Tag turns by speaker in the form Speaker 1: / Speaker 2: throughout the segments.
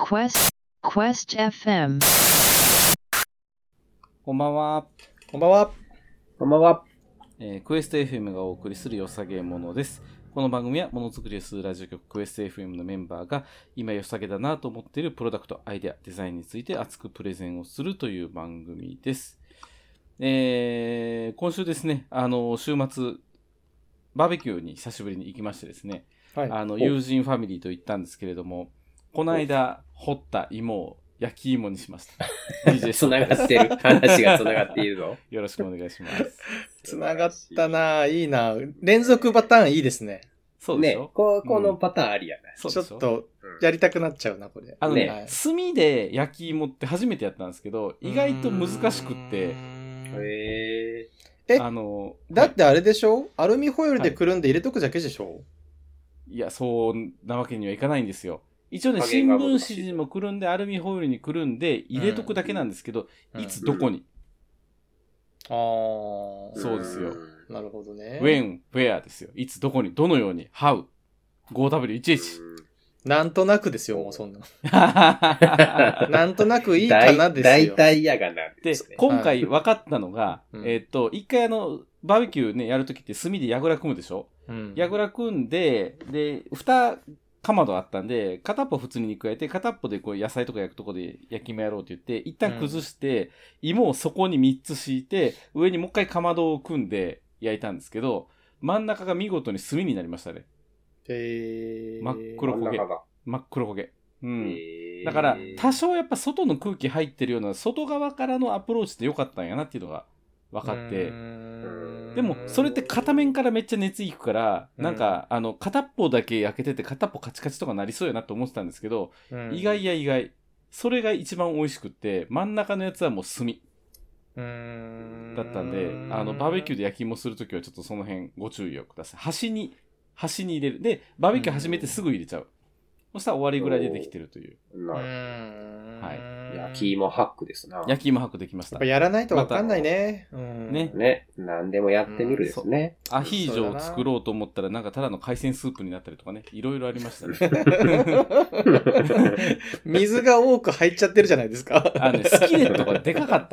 Speaker 1: Quest Quest FM
Speaker 2: こんばんは、
Speaker 3: こんばんは。
Speaker 4: こんばんは。
Speaker 2: えークエスト FM がお送りするよさげものです。この番組はものづくりをするラジオ局クエスト FM のメンバーが今よさげだなと思っているプロダクト、アイデア、デザインについて熱くプレゼンをするという番組です。えー今週ですね、あの、週末、バーベキューに久しぶりに行きましてですね、
Speaker 3: はい。
Speaker 2: あの、
Speaker 3: お
Speaker 2: 友人ファミリーと行ったんですけれども、この間、掘った芋を焼き芋にしま した。DJ
Speaker 4: つながってる。話がつながっているぞ。
Speaker 2: よろしくお願いします。
Speaker 3: つながったなぁいいなぁ連続パターンいいですね。
Speaker 2: そうで
Speaker 4: ね
Speaker 2: しょ、
Speaker 4: ここのパターンありやな。
Speaker 2: そう
Speaker 3: ち
Speaker 2: で
Speaker 3: ょっ
Speaker 2: しょ
Speaker 3: と、やりたくなっちゃうな、これ。
Speaker 2: あのね、
Speaker 4: ね
Speaker 3: はい
Speaker 2: 炭で焼き芋って初めてやったんですけど、意外と難しくって、
Speaker 4: へえ
Speaker 3: え
Speaker 2: あの、
Speaker 3: だ
Speaker 2: は
Speaker 3: ってあれでしょアルミホイルでくるんで入れとくだけでしょ
Speaker 2: いいや、そうなわけにはいかないんですよ。一応ね、
Speaker 4: 加
Speaker 2: 新
Speaker 4: 減が難
Speaker 2: 聞
Speaker 4: しい
Speaker 2: 紙にもくるんで、アルミホイルにくるんで、入れとくだけなんですけど、いつどこに、
Speaker 3: ああー。
Speaker 2: そうですよ
Speaker 3: なるほどね。
Speaker 2: when, where ですよ。いつどこに、どのように、how、5W11。
Speaker 3: なんとなくですよ、もうそんな。
Speaker 2: で、
Speaker 3: なんとなくいいかなですよ。
Speaker 4: 大体やがなんですね。
Speaker 2: 今回分かったのが、
Speaker 3: うん
Speaker 2: えっと、一回あの、バーベキューね、やるときって炭でやぐら組むでしょ
Speaker 3: うん。
Speaker 2: やぐら組んで、で、二かまどあったんで、片っぽ普通に肉焼いて、片っぽでこう野菜とか焼くとこで焼き目やろうって言って、一旦崩して、芋をそこに三つ敷いて、上にもう一回かまどを組んで焼いたんですけど、真ん中が見事に炭になりましたね。
Speaker 3: えー、
Speaker 2: 真っ黒
Speaker 4: 真ん中が。
Speaker 2: 真っ黒焦げ。うん。
Speaker 4: へー
Speaker 2: だから、多少やっぱ外の空気入ってるような、外側からのアプローチで良かったんやなっていうのが分かって
Speaker 3: う、ーん
Speaker 2: でも、それって片面からめっちゃ熱いくから、
Speaker 3: うん
Speaker 2: なんか、あの、片っぽだけ焼けてて、片っぽカチカチとかなりそうやなと思ってたんですけど、
Speaker 3: うん
Speaker 2: 意外や意外。それが一番美味しくって、真ん中のやつはもう炭
Speaker 3: うーん
Speaker 2: だったんで、あの、バーベキューで焼き芋するときはちょっとその辺ご注意をください。端に、端に入れる。で、バーベキュー始めてすぐ入れちゃう。そしたら終わりぐらいでできてるという。
Speaker 4: なる
Speaker 2: はい
Speaker 4: ほ
Speaker 3: い
Speaker 4: ど焼き芋ハックですな。
Speaker 2: 焼き芋ハックできまし
Speaker 3: や
Speaker 2: た
Speaker 3: っぱ。やらないとわかんないね。うん
Speaker 2: ね
Speaker 4: ね。何でもやってみるですね。
Speaker 2: アヒージョを作ろうと思ったら、なんかただの海鮮スープになったりとかね、いろいろありましたね。
Speaker 3: 水が多く入っちゃってるじゃないですか。
Speaker 2: あのね、スキレットがでかかっ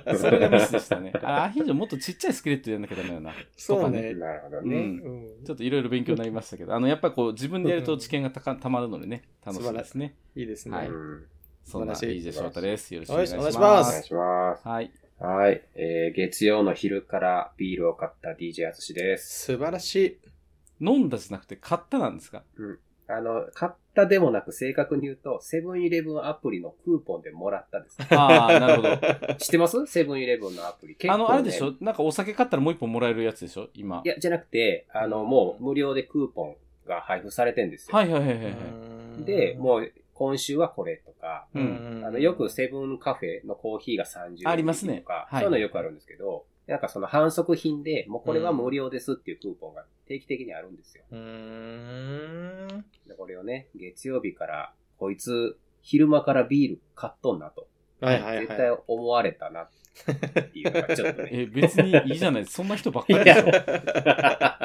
Speaker 2: た。それがミスで したね。あアヒージョもっとちっちゃいスキレットやんなきゃダメだな。
Speaker 3: そう
Speaker 4: な
Speaker 3: ね。
Speaker 4: るほど
Speaker 2: う
Speaker 4: ね。
Speaker 2: んちょっといろいろ勉強になりましたけど、あの、やっぱりこう、自分でやると知見がたかたまるのでね、楽しいですね。
Speaker 3: いいです
Speaker 2: は
Speaker 3: ね
Speaker 2: い。
Speaker 4: うん
Speaker 2: そんな、
Speaker 3: 素晴らしい
Speaker 2: DJ 翔太です。よろしくお
Speaker 3: お
Speaker 2: 願
Speaker 3: 願
Speaker 2: い
Speaker 3: い
Speaker 2: し
Speaker 3: し
Speaker 2: ます。
Speaker 4: お
Speaker 3: ま
Speaker 4: 願いします。
Speaker 2: はい。
Speaker 4: はい。えー月曜の昼からビールを買った DJ あつしです。
Speaker 3: 素晴らしい。
Speaker 2: 飲んだじゃなくて、買ったなん ですか
Speaker 4: あの、買ったでもなく正確に言うと、セブンイレブンアプリのクーポンでもらったんです。
Speaker 2: ああ、なるほ ど。
Speaker 4: 知ってますセブンイレブンのアプリ。結構
Speaker 2: あ
Speaker 4: ね
Speaker 2: の、あれでしょなんかお酒買ったらもう一本もらえるやつでしょ今。はい
Speaker 4: や、じゃなくて、あの、もう無料でクーポンが配布されてんですよ。
Speaker 2: いはいはいはいはい。
Speaker 4: で、もう今週はこれとか、
Speaker 2: う
Speaker 4: あのよくセブンカフェのコーヒーが30円
Speaker 2: ありますね
Speaker 4: とか、
Speaker 2: はい
Speaker 4: そういうのよくあるんですけど、なんかその反則品で、もうこれは無料ですっていうクーポンが定期的にあるんですよ。
Speaker 3: うーん。
Speaker 4: でこれをね、月曜日から、こいつ、昼間からビール買っとんなと。
Speaker 3: はいはい
Speaker 4: 絶
Speaker 3: は
Speaker 4: 対思われたなっていうのがちょっと ね。
Speaker 2: え、別にいいじゃないそんな人ばっかりでしょ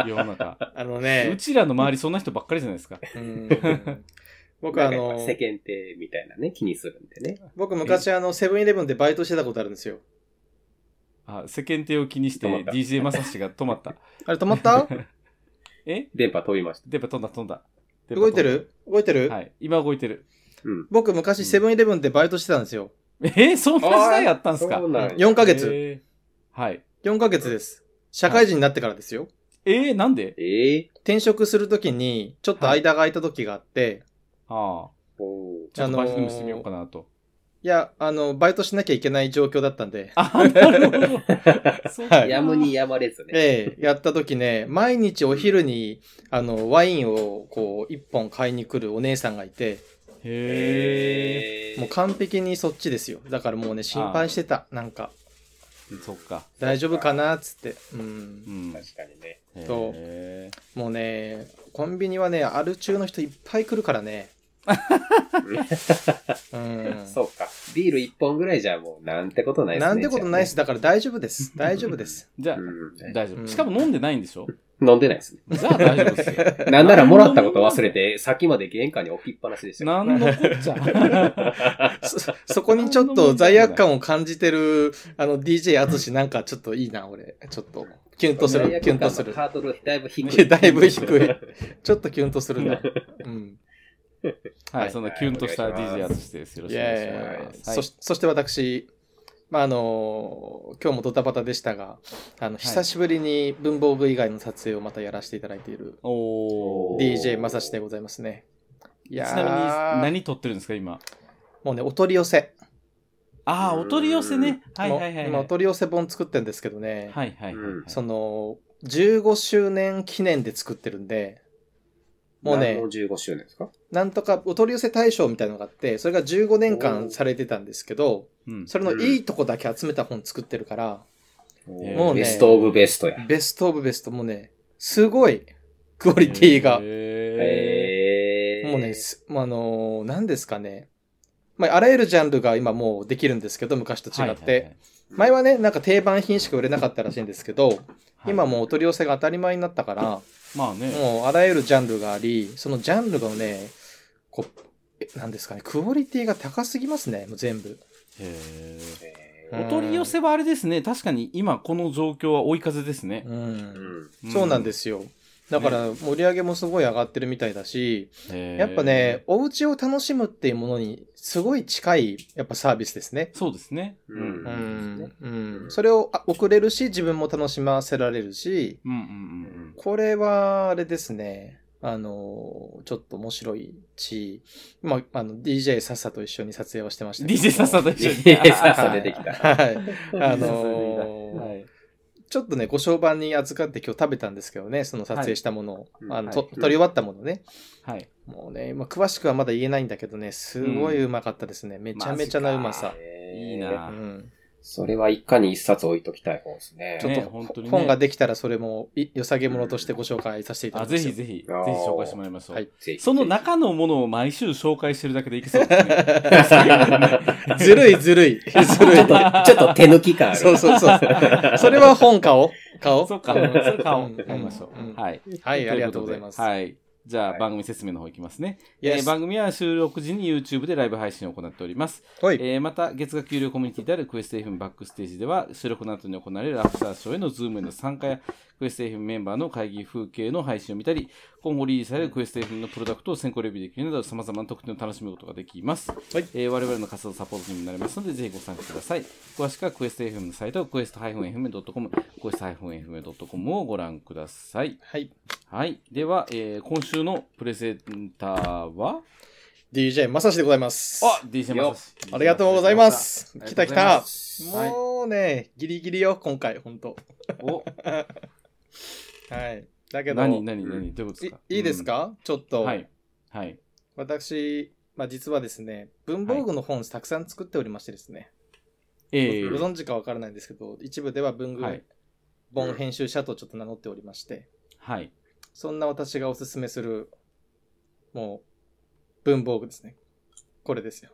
Speaker 3: い。
Speaker 2: 世の中。
Speaker 3: あの
Speaker 2: う
Speaker 3: ね、
Speaker 2: ちらの周りそんな人ばっかりじゃないですか。
Speaker 3: うん
Speaker 4: なん
Speaker 3: 僕
Speaker 4: か
Speaker 3: あ
Speaker 4: やっ
Speaker 3: の
Speaker 4: ぱ、世間体みたいなね、気にするんでね。
Speaker 3: 僕昔あの、セブンイレブンでバイトしてたことあるんですよ。
Speaker 2: あ、世間体を気にして
Speaker 4: 止まった
Speaker 2: DJ まさしが止まった。
Speaker 3: あれ止まった
Speaker 2: え
Speaker 4: 電波飛びました。
Speaker 2: 電波飛んだ飛んだ。電波
Speaker 3: 動いて
Speaker 2: 飛ん
Speaker 3: る動いて
Speaker 2: だ
Speaker 3: る
Speaker 2: はい。今動いてる。
Speaker 4: うん。
Speaker 3: 僕昔セブンイレブンでバイトしてたんですよ。
Speaker 2: え ーそんな時代やったんすか
Speaker 4: そうなんや
Speaker 3: 4ヶ月。
Speaker 2: えーはい。
Speaker 3: 4ヶ月です。社会人になってからですよ。
Speaker 2: えー、なんで
Speaker 4: ええ
Speaker 3: 転職するときに、ちょっと間が空いたときがあって、
Speaker 2: ああ。
Speaker 4: おー
Speaker 2: ちょっ
Speaker 3: あ
Speaker 2: と
Speaker 3: の
Speaker 2: バ
Speaker 3: ー
Speaker 2: イトでもしてみようかなと。
Speaker 3: いや、あの、バイトしなきゃいけない状況だったんで、
Speaker 2: あー、なるほ ど。そうか
Speaker 4: やむに。やまれずね。
Speaker 3: ええやったときね、毎日お昼に、あの、ワインを、こう、一本買いに来るお姉さんがいて、
Speaker 2: へえ。
Speaker 3: もう完璧にそっちですよ。だからもうね、心配してた。なんか、
Speaker 2: そっか。
Speaker 3: 大丈夫か
Speaker 4: な
Speaker 3: なっつって。う。
Speaker 2: うんん。
Speaker 4: 確かにね。
Speaker 3: そう
Speaker 2: へ
Speaker 3: もうね、コンビニはね、アル中の人いっぱい来るか らね。うん。
Speaker 4: そうか。ビール1本ぐらいじゃもうなんてことないですね。
Speaker 3: なんてことないです。
Speaker 4: じ
Speaker 3: だから大丈夫です。大丈夫です。
Speaker 2: ーじゃ
Speaker 4: ゃあね。
Speaker 2: あ、
Speaker 4: うん
Speaker 2: 大丈
Speaker 3: う
Speaker 2: 夫。
Speaker 3: ん
Speaker 2: しかも飲んでないんでしょ
Speaker 4: 飲んでないですね。
Speaker 2: じゃあ大丈夫ですよ。
Speaker 4: なんならもらったこと忘 れて、さっきまで玄関に置きっぱなしでした
Speaker 2: なんのこっち ゃ。
Speaker 3: そ、そこにちょっと罪悪感を感じてる、あの、DJ あつしなんかちょっといいな、俺。ちょっと、キュンとす る、キュンとする。
Speaker 4: ハードルだいぶ低
Speaker 3: いや
Speaker 4: い。
Speaker 3: だいぶ 低い。ちょっとキュンとするな。うん。
Speaker 2: はい、そんなキュンとした DJ アとしてです。よろしくお願いします。はい
Speaker 3: そしそして私、まああの今日もドタバタでしたがあの久しぶりに文房具以外の撮影をまたやらせていただいている
Speaker 2: おー
Speaker 3: DJ まさしでございますね。い
Speaker 2: ち
Speaker 3: やー
Speaker 2: なみに何撮ってるんですか、今。
Speaker 3: もうねお取り寄せ、
Speaker 2: ああ、お取り寄せね。はいはいはい
Speaker 3: もう
Speaker 2: はい。
Speaker 3: 今お取り寄せ本作ってるんですけどね、
Speaker 2: はいはいはいはい。
Speaker 4: うん
Speaker 3: その15周年記念で作ってるんでもうね
Speaker 4: もう15周年ですか
Speaker 3: なんとかお取り寄せ大賞みたいなのがあってそれが15年間されてたんですけど
Speaker 2: うん
Speaker 3: それのいいとこだけ集めた本作ってるから。
Speaker 2: も
Speaker 3: うね
Speaker 4: ベストオブベストや。
Speaker 3: ベストオブベストもうね、すごいクオリティが。
Speaker 2: へ
Speaker 4: へー
Speaker 3: もうね、すもうあのー何ですかね。まあ、あらゆるジャンルが今もうできるんですけど、昔と
Speaker 2: ー
Speaker 3: 違って。
Speaker 2: はいはいはい
Speaker 3: 前はね、なんか定番品しか売れなかったらしいんですけど、
Speaker 2: はい
Speaker 3: 今もうお取り寄せが当たり前になったから、
Speaker 2: まあね。
Speaker 3: もうあらゆるジャンルがあり、そのジャンルがね、こう、えなんですかね、クオリティが高すぎますね、もう全部。
Speaker 2: へー
Speaker 3: う
Speaker 2: お取り寄せはあれですね。確かに今この状況は追い風ですね。。
Speaker 3: う。
Speaker 4: うんん
Speaker 3: そうなんですすよ。だから盛り上げもすごい上がってるみたいだし、
Speaker 2: へー
Speaker 3: やっぱね、、お家を楽しむっていうものにすごい近いやっぱサービスですね。
Speaker 2: そうですね。
Speaker 4: うん
Speaker 3: う
Speaker 4: うん
Speaker 3: ん。うん
Speaker 4: うん
Speaker 3: それをあ送れるし、自分も楽しませられるし、
Speaker 2: うんうんうんうん。
Speaker 3: これは、あれですね。あの、ちょっと面白いし、まあ、あの、DJ さっさと一緒に撮影はしてましたけど
Speaker 2: DJ さっさと 一緒に
Speaker 4: DJ さっさ出てきた
Speaker 3: はい。あ
Speaker 2: は
Speaker 3: の、
Speaker 2: い
Speaker 3: ちょっとね、ご商売に預かって今日食べたんですけどね、その撮影したものを、
Speaker 4: はい
Speaker 3: あの、と
Speaker 2: はい
Speaker 3: 撮り終わったものね。
Speaker 2: はい。
Speaker 3: もうね、まあ、詳しくはまだ言えないんだけどね、すごいうまかったですね。めちゃめちゃなうまさ。
Speaker 2: いい。な
Speaker 3: う。ん、
Speaker 4: それは一家に一冊置いときたい本ですね
Speaker 3: ちょ。っ
Speaker 2: ね
Speaker 3: と、
Speaker 2: 本当にね
Speaker 3: 本ができたらそれもい良さげものとしてご紹介させていた
Speaker 2: あ
Speaker 3: だき
Speaker 2: ぜ
Speaker 3: ます。
Speaker 2: ひぜひ、ぜひ
Speaker 4: あー
Speaker 2: 紹介してもらいましょう。
Speaker 3: はい
Speaker 4: ぜひ
Speaker 2: その中のものを毎週紹介してるだけでいけ そうですね。
Speaker 3: ずるいずるい。ずる
Speaker 4: ち
Speaker 3: い
Speaker 4: ょっ。と、ちょっと手抜き感ある。
Speaker 3: そうそ うそう。それは本買おう。買おう。
Speaker 2: そうか、そ
Speaker 3: ん
Speaker 2: うか、
Speaker 3: ん
Speaker 2: 買いましょ
Speaker 3: ん
Speaker 2: う。はい。
Speaker 3: はい、あ
Speaker 2: と
Speaker 3: り
Speaker 2: い
Speaker 3: が
Speaker 2: ことで
Speaker 3: うございます。
Speaker 2: はい。じゃあ、
Speaker 4: はい
Speaker 2: 番組説明の方いきますね。
Speaker 3: Yes
Speaker 2: えー番組は収録時に YouTube でライブ配信を行っております。
Speaker 3: はい。
Speaker 2: えーまた、月額有料コミュニティであるクエスト FM バックステージでは、収録の後に行われるアフターショーへのズームへの参加や、クエスト FM メンバーの会議風景の配信を見たり、今後リリースされるクエスト FM のプロダクトを先行レビューできるなど、様々な特典を楽しむことができます。
Speaker 3: はい
Speaker 2: えー我々の活動のサポートにもなりますので、ぜひご参加ください。詳しくはクエスト FM のサイト、クエスト -fm.com、クエスト -fm.com をご覧ください。
Speaker 3: はい。
Speaker 2: はい。では、えー今週のプレゼンターは、
Speaker 3: DJ まさしでございます。
Speaker 2: あ、DJ
Speaker 4: よ
Speaker 2: マサシ
Speaker 3: ありがとうございま。す。
Speaker 2: あり
Speaker 3: 来
Speaker 2: がと
Speaker 3: た
Speaker 2: う
Speaker 3: 来
Speaker 2: ございま
Speaker 3: た。
Speaker 2: すはい
Speaker 3: もうね、ギリギリよ、今回、本当
Speaker 2: お、
Speaker 3: はい。だけど、
Speaker 2: 何、何、何、どういうことですか
Speaker 3: いいいですか、ちょっ
Speaker 2: う
Speaker 3: と、
Speaker 2: んはい。はい。
Speaker 3: 私、まあ、実はですね文房具の本たくさん作っておりましてですね、
Speaker 2: ええ
Speaker 3: ご存知かわからないんですけど一部では文具
Speaker 2: はい
Speaker 3: 本編集者とちょっと名乗っておりまして、
Speaker 2: はい。
Speaker 3: そんな私がおすすめするもう文房具ですねこれですよ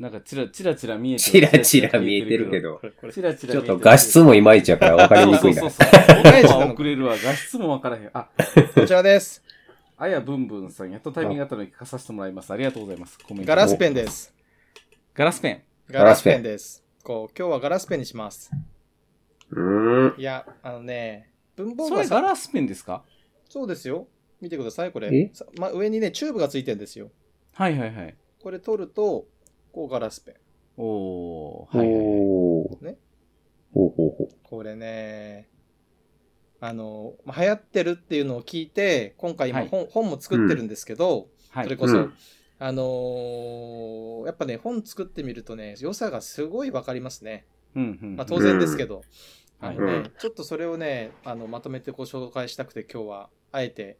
Speaker 2: なんか、ちら、ちらちら見えて
Speaker 4: チラチラ見えてるけ。ど
Speaker 3: こ。れこれ
Speaker 2: チラチラ
Speaker 4: ちょっと画質もいまいちやから分かりにくい
Speaker 2: そ
Speaker 4: な
Speaker 2: う。そうそう。音は遅れるわ。画質もわからへん。あ、
Speaker 3: こちらです
Speaker 2: あやぶんぶんさん、やっとタイミングあったのに聞かさせてもらいます。ありがとうございます。コメント。。
Speaker 3: ガラスペンですす
Speaker 2: ガラスペン。
Speaker 3: ガラスペンですこう今日はガラスペンにします
Speaker 4: うーん。
Speaker 3: いやあのね文房具
Speaker 2: そ
Speaker 3: は
Speaker 2: れガ
Speaker 3: さ
Speaker 2: ラスペンですか
Speaker 3: そうですよ見てくださいこれ
Speaker 4: え
Speaker 3: さま、上にねチューブがついてるんですよ
Speaker 2: はいはいはい。
Speaker 3: これ取るとこうガラスペン
Speaker 2: おー、はいはいはい。
Speaker 4: おー
Speaker 3: ね。
Speaker 4: ほうほうほう。
Speaker 3: これね、あの、まあ流行ってるっていうのを聞いて、今回今
Speaker 2: はい
Speaker 3: 本,、本も作ってるんですけど、
Speaker 2: はい
Speaker 3: それこそ、
Speaker 4: うん
Speaker 3: あのーやっぱね、本作ってみるとね、良さがすごいわかりますね。
Speaker 2: うんうん。
Speaker 3: まあ当然ですけど、
Speaker 2: うん
Speaker 3: あのね
Speaker 4: うん
Speaker 3: ちょっとそれをね、あのまとめてご紹介したくて今日は、あえて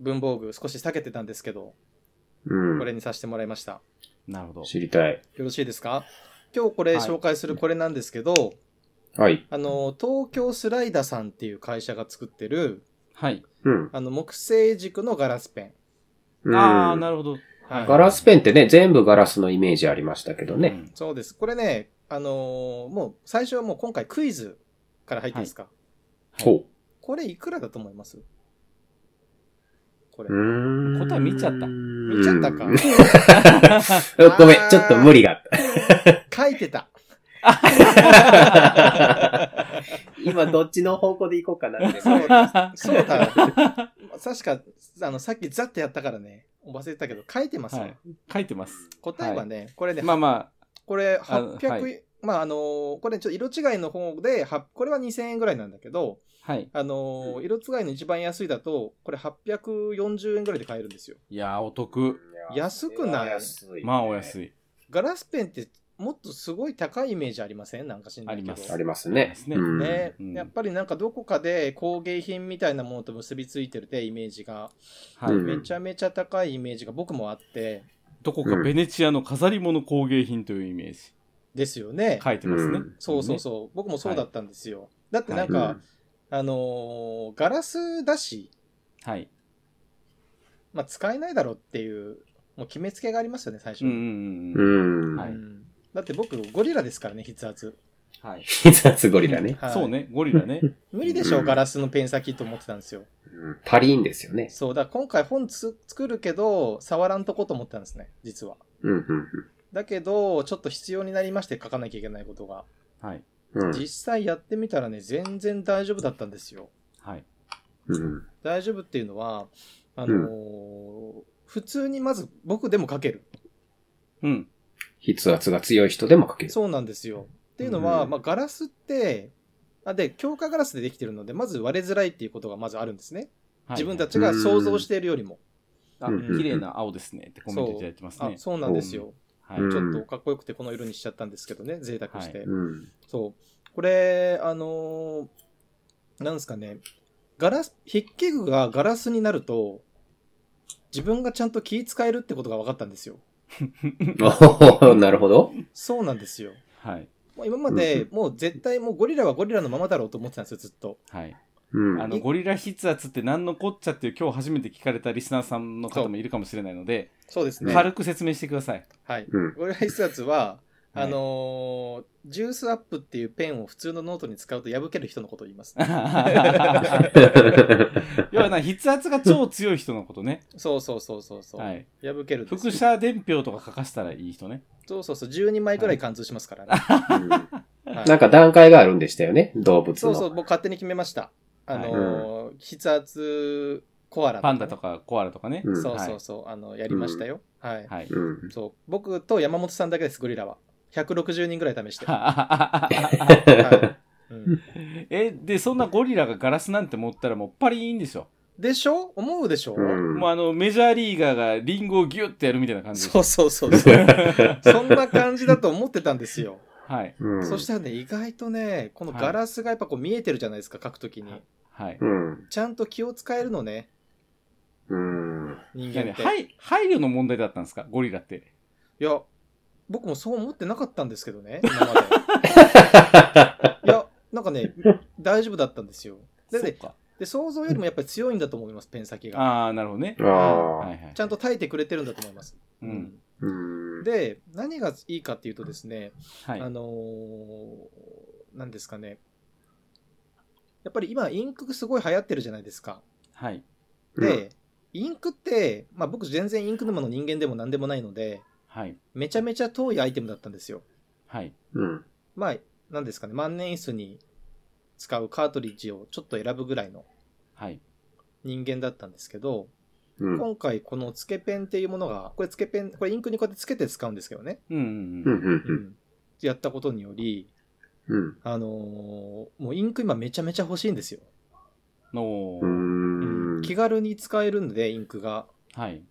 Speaker 3: 文房具少し避けてたんですけど、
Speaker 4: うん。
Speaker 3: これにさせてもらいました。
Speaker 2: なるほど。
Speaker 4: 知りたい。
Speaker 3: よろしいですか今日これ
Speaker 2: はい
Speaker 3: 紹介するこれなんですけど、
Speaker 4: はい。
Speaker 3: あの、東京スライダーさんっていう会社が作ってる、
Speaker 2: はい。
Speaker 4: うん。
Speaker 3: あの木製軸のガラスペン。
Speaker 4: うん
Speaker 2: ああ、なるほど。
Speaker 3: はい
Speaker 4: ガラスペンってね、全部ガラスのイメージありましたけど
Speaker 2: う
Speaker 4: ね。
Speaker 2: ん
Speaker 3: そうです。これね、あのーもう最初はもう今回クイズから入っていいですか、
Speaker 2: はい
Speaker 4: ほ
Speaker 3: これいくらだと思いますこれ。
Speaker 4: ん
Speaker 2: 答え見ちゃった
Speaker 3: 見
Speaker 4: 見
Speaker 3: ちゃったか。
Speaker 4: ごめん、ちょっと無理があった。
Speaker 3: 書いてた。
Speaker 4: 今、どっちの方向で行こうかなって。
Speaker 3: そうそうだ。確か、あの、さっきザッてやったからね、忘れてたけど、書いてますよ、
Speaker 2: はい書いてます。
Speaker 3: 答えはね、これね、
Speaker 2: まあま
Speaker 3: これ
Speaker 2: あの
Speaker 3: 800、
Speaker 2: は
Speaker 3: まああのーこれちょっと色違いの方で、はこれは2000円ぐらいなんだけど、
Speaker 2: あ、はい。
Speaker 3: あのー色違いの一番安いだと、これ840円ぐらいで買えるんですよ。
Speaker 2: いやー、お得。
Speaker 3: 安くない
Speaker 2: まあ、お安
Speaker 4: い。
Speaker 2: い。
Speaker 3: ガラスペンってもっとすごい高いイメージありませんなんか知んないけど。
Speaker 2: あります
Speaker 4: あります
Speaker 2: あり
Speaker 4: ね
Speaker 2: ま。すね
Speaker 4: うん
Speaker 3: ね、
Speaker 2: うん
Speaker 3: やっぱりなんかどこかで工芸品みたいなものと結びついてるってイメージが、
Speaker 2: はい。
Speaker 4: うん
Speaker 3: めちゃめちゃ高いイメージが僕もあって、
Speaker 2: どこかベネチアの飾り物工芸品というイメージ。
Speaker 3: ですよね。
Speaker 2: 書いてますね。
Speaker 4: うん
Speaker 3: そうそう
Speaker 2: う。
Speaker 3: そう、僕もそうだったんですよ。だってなんか、
Speaker 4: うん
Speaker 3: あのーガラスだし、
Speaker 2: はい。
Speaker 3: まあ、使えないだろうっていう、もう決めつけがありますよね、最初
Speaker 2: うん
Speaker 3: に。
Speaker 2: うんうん
Speaker 4: う
Speaker 2: うん。
Speaker 4: ん。
Speaker 2: はい
Speaker 3: うんだって僕、ゴリラですからね、筆圧。
Speaker 2: はい。
Speaker 4: 雑ゴリラね。
Speaker 3: はい
Speaker 2: そうね、ゴリラ ね。
Speaker 3: 無理でしょ
Speaker 4: う
Speaker 3: う、
Speaker 4: ん
Speaker 3: ガラスのペン先と思ってたんですよ。
Speaker 4: うんパリーンですよね。
Speaker 3: そう、だから今回本つ作るけど、触らんとこと思ったんですね、実は。
Speaker 4: うん、
Speaker 3: だけど、ちょっと必要になりまして書かなきゃいけないことが。
Speaker 2: はい。
Speaker 4: うん、うん。
Speaker 3: 実際やってみたらね、全然大丈夫だったんですよ。
Speaker 2: はい。
Speaker 4: うん。
Speaker 3: 大丈夫っていうのは、あのー普通にまず僕でも書ける。
Speaker 2: うん。
Speaker 4: 筆圧が強い人でも描ける。
Speaker 3: そうなんですよ。っていうのは、
Speaker 4: うん
Speaker 3: まあ、ガラスって、あで、強化ガラスでできてるので、まず割れづらいっていうことがまずあるんですね。
Speaker 2: はい
Speaker 3: 自分たちが想像しているよりも。
Speaker 2: あ、
Speaker 4: うん
Speaker 2: 綺麗な青ですねってコメントいただいてます
Speaker 3: あ
Speaker 2: ね。
Speaker 3: そうなんですよ。
Speaker 2: はい。
Speaker 4: うん
Speaker 3: ちょっとかっこよくてこの色にしちゃったんですけどね、贅沢して。
Speaker 4: うん。
Speaker 3: そう。これ、あのーなんですかね、ガラス、筆記具がガラスになると、自分がちゃんと気使えるってことが分かったんですよ。
Speaker 4: おおなるほど。
Speaker 3: そうなんですよ。
Speaker 2: はい。
Speaker 3: もう今ま
Speaker 4: うん
Speaker 3: で
Speaker 4: う、
Speaker 3: もう絶対、もうゴリラはゴリラのままだろうと思ってたんですよ、ずっと。
Speaker 2: はい。
Speaker 4: うん。
Speaker 2: あの、ゴリラ筆圧って何のこっちゃっていう今日初めて聞かれたリスナーさんの方もいるかもしれないので、
Speaker 3: そうです
Speaker 4: ね
Speaker 2: 軽く説明してくだ さい。
Speaker 3: はい。
Speaker 4: うん。
Speaker 3: ゴリラ筆圧は、
Speaker 2: はい
Speaker 3: あのージュースアップっていうペンを普通のノートに使うと破ける人のことを言います。
Speaker 2: 要はな、筆圧が超強い人のことね。
Speaker 3: そうそうそうそうそう。
Speaker 2: はい。
Speaker 3: 破けるんです
Speaker 2: 副写伝票とか書かせたらいい人ね。
Speaker 3: そうそうそう。12枚ぐらい貫通しますからね。
Speaker 4: うん
Speaker 3: はい
Speaker 4: なんか段階があるんでしたよね、動物の。
Speaker 3: そうそう、僕勝手に決めました。あのー筆圧コアラ
Speaker 2: パンダと。かコアラとかね。
Speaker 4: うん
Speaker 3: そうそうそう、あの、やりましたよ。はい。
Speaker 2: はい。
Speaker 4: うん。
Speaker 3: そう。僕と山本さんだけです、ゴリラは。160人ぐらい試して。うん
Speaker 2: え、で、そんなゴリラがガラスなんて持ったらもうパリーンでしょ。
Speaker 3: でしょ思うでしょ、
Speaker 4: うん
Speaker 2: もうあの、メジャーリーガーがリンゴをギュッてやるみたいな感じでし
Speaker 3: そ
Speaker 2: ょ。
Speaker 3: うそうそうそう。そんな感じだと思ってたんですよ。
Speaker 2: はい。
Speaker 4: うん
Speaker 3: そしたらね、意外とね、このガラスがやっぱこう見えてるじゃないですか、書くときに。
Speaker 2: はい。
Speaker 4: うん。
Speaker 3: ちゃんと気を使えるのね、
Speaker 4: うん。
Speaker 3: 人
Speaker 2: いや
Speaker 3: 間
Speaker 2: ね、
Speaker 3: って。
Speaker 2: はい、配慮の問題だったんですかゴリラって。
Speaker 3: いや、僕もそう思ってなかったんですけどね、今まで。いや、なんかね、大丈夫だったんですよ。で、
Speaker 2: そう
Speaker 3: で
Speaker 2: か。
Speaker 3: で想像よりもやっぱり強いんだと思います、ペン先が。
Speaker 2: ああ、なるほどね。
Speaker 4: ああ。
Speaker 2: はいはい
Speaker 3: ち。ゃんと耐えてくれてるんだと思います。
Speaker 2: うん。
Speaker 4: うん。
Speaker 3: で、何がいいかっていうとですね、
Speaker 2: はい
Speaker 3: あ。のー、なんですかね。やっぱり今、インクすごい流行ってるじゃないですか。
Speaker 2: はい。
Speaker 3: で、インクって、まあ僕全然インク沼の人間でも何でもないので、
Speaker 2: はい。
Speaker 3: めちゃめちゃ遠いアイテムだったんですよ。
Speaker 2: はい。
Speaker 4: うん。
Speaker 3: まあ、なんですかね、万年筆に使うカートリッジをちょっと選ぶぐらいの
Speaker 2: はい。
Speaker 3: 人間だったんですけど、
Speaker 4: うん。
Speaker 3: 今回このつけペンっていうものが、これつけペン、これインクにこうやってつけて使うんですけどね。
Speaker 2: うん
Speaker 4: う。
Speaker 2: うんうんん。
Speaker 4: うん。うん。
Speaker 3: ん。やったことにより、
Speaker 4: うん。
Speaker 3: あのーもうインク今めちゃめちゃ欲しいんですよ。
Speaker 2: の
Speaker 4: う
Speaker 2: ー
Speaker 4: ん。
Speaker 3: 気軽に使えるんで、インクが。
Speaker 2: はい。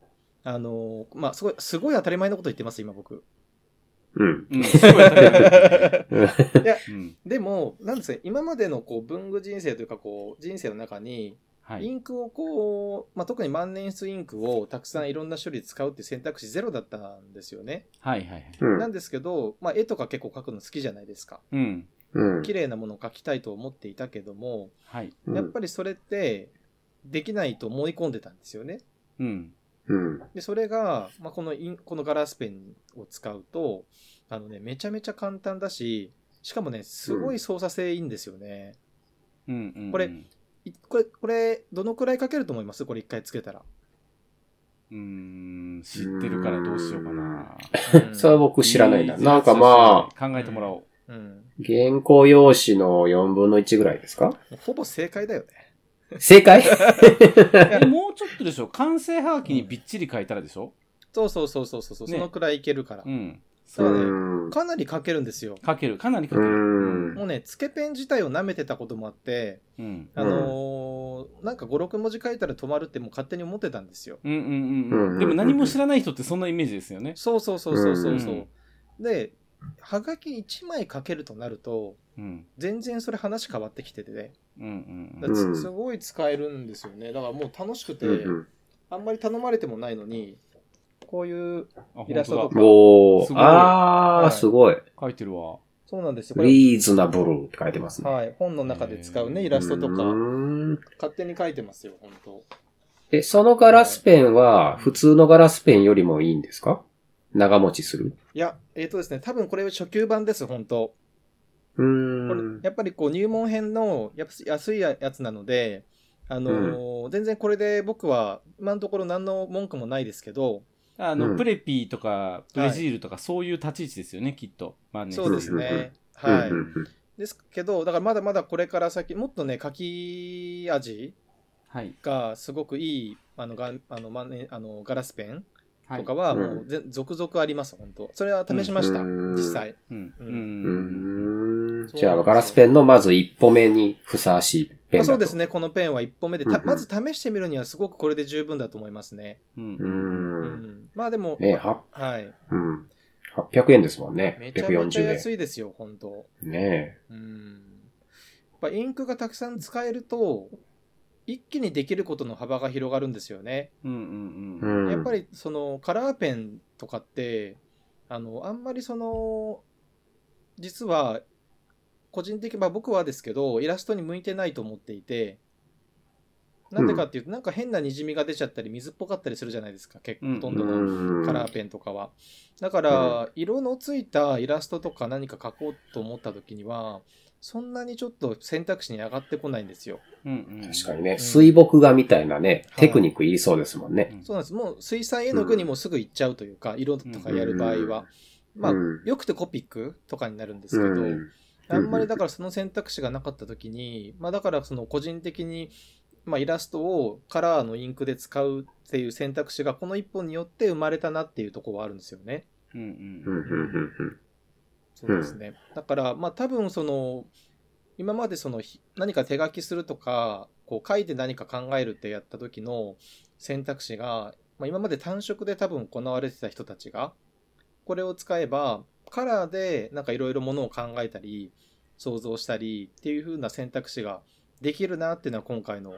Speaker 3: あのーまあ、すごい、すごい当たり前のこと言ってます、今 僕。
Speaker 4: うん。
Speaker 2: うん。すごい当たり前 だったうん。
Speaker 3: でも、なんですか、今までのこう文具人生というか、こう、人生の中に、
Speaker 2: は
Speaker 3: イ
Speaker 2: い。
Speaker 3: ンクをこう、まあ、特に万年筆インクをたくさんいろんな種類使うっていう選択肢ゼロだったんですよね。
Speaker 2: はいはいはい。
Speaker 4: うん
Speaker 3: なんですけど、まあ、絵とか結構描くの好きじゃないですか。
Speaker 2: うん。
Speaker 4: うん。
Speaker 3: 綺麗なものを描きたいと思っていたけども、
Speaker 2: はい。
Speaker 3: やっぱりそれって、できないと思い込んでたんですよね。
Speaker 2: うん。
Speaker 4: うん。
Speaker 3: で、それが、まあ、このイン、このガラスペンを使うと、あのね、めちゃめちゃ簡単だし、しかもね、すごい操作性いいんですよね。
Speaker 2: うんうん。
Speaker 3: これいこれ、これ、どのくらいかけると思いますこれ一回つけ たら。
Speaker 2: うーん、知ってるからどうしようかな。
Speaker 4: それは僕知らないな。
Speaker 2: いい
Speaker 4: なんかまあ、
Speaker 2: あ。考えてもらおう。
Speaker 3: うん。
Speaker 4: 原稿用紙の4分の1ぐらいですか
Speaker 3: ほぼ正解だよね。
Speaker 4: 正解
Speaker 2: いやもうちょっとでしょ。完成はがきにびっちり書いたらでしょ。
Speaker 3: そうそうそうそうそう、う
Speaker 2: ね
Speaker 3: そのくらいいけるから
Speaker 2: う。ん。
Speaker 4: う
Speaker 3: そうね
Speaker 4: ん。
Speaker 3: かなりかけるんですよ。
Speaker 2: 書ける。かなり書
Speaker 4: う
Speaker 2: ける。
Speaker 4: ん
Speaker 3: もう。ね、つけペン自体を舐めてたこともあって、
Speaker 2: うん。
Speaker 3: あのーなんか5、6文字書いたら止まるってもう勝手に思ってたんですよ。
Speaker 2: うんうんうん
Speaker 4: うんうん
Speaker 2: う。
Speaker 4: うんん
Speaker 2: でも何も知らない人ってそんなイメージですよね。
Speaker 3: そうそうそうそうそうそうう。で、はがき1枚書けるとなると、
Speaker 2: うん。
Speaker 3: 全然それ話変わってきててね。
Speaker 2: うんうん
Speaker 3: だ
Speaker 2: う
Speaker 3: か
Speaker 2: ん。
Speaker 3: ら
Speaker 4: うん
Speaker 3: すすごい使えるんですよね。だからもう楽しくて、
Speaker 4: うん
Speaker 3: あんまり頼まれてもないのに、こういう、
Speaker 2: あ、本
Speaker 3: イラスト
Speaker 2: 当
Speaker 3: と
Speaker 2: だ
Speaker 3: か。
Speaker 4: お
Speaker 2: す
Speaker 4: ー。
Speaker 2: ごい
Speaker 4: あ
Speaker 3: は
Speaker 4: ー、
Speaker 3: い
Speaker 4: すごい。
Speaker 2: 書いてるわ。
Speaker 3: そうなんですよ。これ、
Speaker 4: リーズナブルって書いてますね。
Speaker 3: はい、本の中で使うね、イ
Speaker 4: イ
Speaker 3: ラストとか、
Speaker 4: か。
Speaker 3: 勝手に書いてますよ、本当
Speaker 4: え、そのガラスペンは、普通のガラスペンよりもいいんですか長持ちする
Speaker 3: いや、えっ、とですね、多分これ初級版です、本当
Speaker 4: うー
Speaker 3: これ
Speaker 4: ん。
Speaker 3: やっぱりこう入門編のやっぱ安いやつなので、あのー全然これで僕は今のところ何の文句もないですけど、
Speaker 2: あ
Speaker 4: う
Speaker 2: の、
Speaker 4: ん
Speaker 2: プレピーとか、プレジールとか、そういう立ち位置ですよね、きっと。まあね。
Speaker 3: そうですね。
Speaker 4: うん
Speaker 3: はい。
Speaker 4: うんうん
Speaker 3: ですけど、だからまだまだこれから先、もっとね、書き味
Speaker 2: はい。
Speaker 3: がすごくいい、あの、があの、まね、あのガラスペン
Speaker 2: はい。
Speaker 3: とかは、
Speaker 4: はい
Speaker 3: もうぜ、続々あります、本当それは試しました、
Speaker 4: うん
Speaker 3: 実際。
Speaker 2: うん。う
Speaker 3: うん
Speaker 2: ん。
Speaker 4: うーんじゃあ、ガラスペンのまず一歩目にふさわしい
Speaker 3: ま
Speaker 4: ペン
Speaker 3: あ、
Speaker 4: だと。
Speaker 3: そうですね、このペンは1本目で、た
Speaker 4: うんうん
Speaker 3: まず試してみるにはすごくこれで十分だと思いますね。
Speaker 2: う
Speaker 4: うー。
Speaker 2: ん。
Speaker 3: うんん、まあでも、
Speaker 4: ねは、
Speaker 3: はい。
Speaker 4: うん。800円ですもんね。
Speaker 3: めちゃめちゃ
Speaker 4: 640
Speaker 3: 安いですよ、本当
Speaker 4: 円。ね
Speaker 3: うん。やっぱインクがたくさん使えると、一気にできることの幅が広がるんですよね。
Speaker 2: うんう
Speaker 4: え。うんん。
Speaker 3: やっぱりそのカラーペンとかって、あの、あんまりその、実は、個人的に、まあ僕はですけど、イラストに向いてないと思っていて、なんでかっていうと、なんか変なにじみが出ちゃったり、水っぽかったりするじゃないですか、結構、ほとんどの
Speaker 4: うん
Speaker 3: カラーペンとかは。だから、色のついたイラストとか何か描こうと思った時には、そんなにちょっと選択肢に上がってこないんですよ。
Speaker 2: うん。
Speaker 4: 確か
Speaker 2: に。
Speaker 4: にね、水墨画みたいなね、
Speaker 3: はい
Speaker 4: テクニックいりそうですもんね。
Speaker 3: そうなんです。もう水彩絵の具にもすぐ行っちゃうというか、色とかやる場合は。まあ
Speaker 4: う、ん
Speaker 3: よくてコピックとかになるんですけど、
Speaker 4: うん
Speaker 3: あんまりだからその選択肢がなかった時に、まあだからその個人的に、まあイラストをカラーのインクで使うっていう選択肢がこの一本によって生まれたなっていうところはあるんですよね。
Speaker 2: うん
Speaker 4: うんうんうんうん
Speaker 3: そうですね。だから、まあ多分その、今までそのひ何か手書きするとか、こう書いて何か考えるってやった時の選択肢が、まあ今まで単色で多分行われてた人たちが、これを使えば、カラーでなんかいろいろものを考えたり、想像したりっていう風な選択肢ができるなっていうのは今回の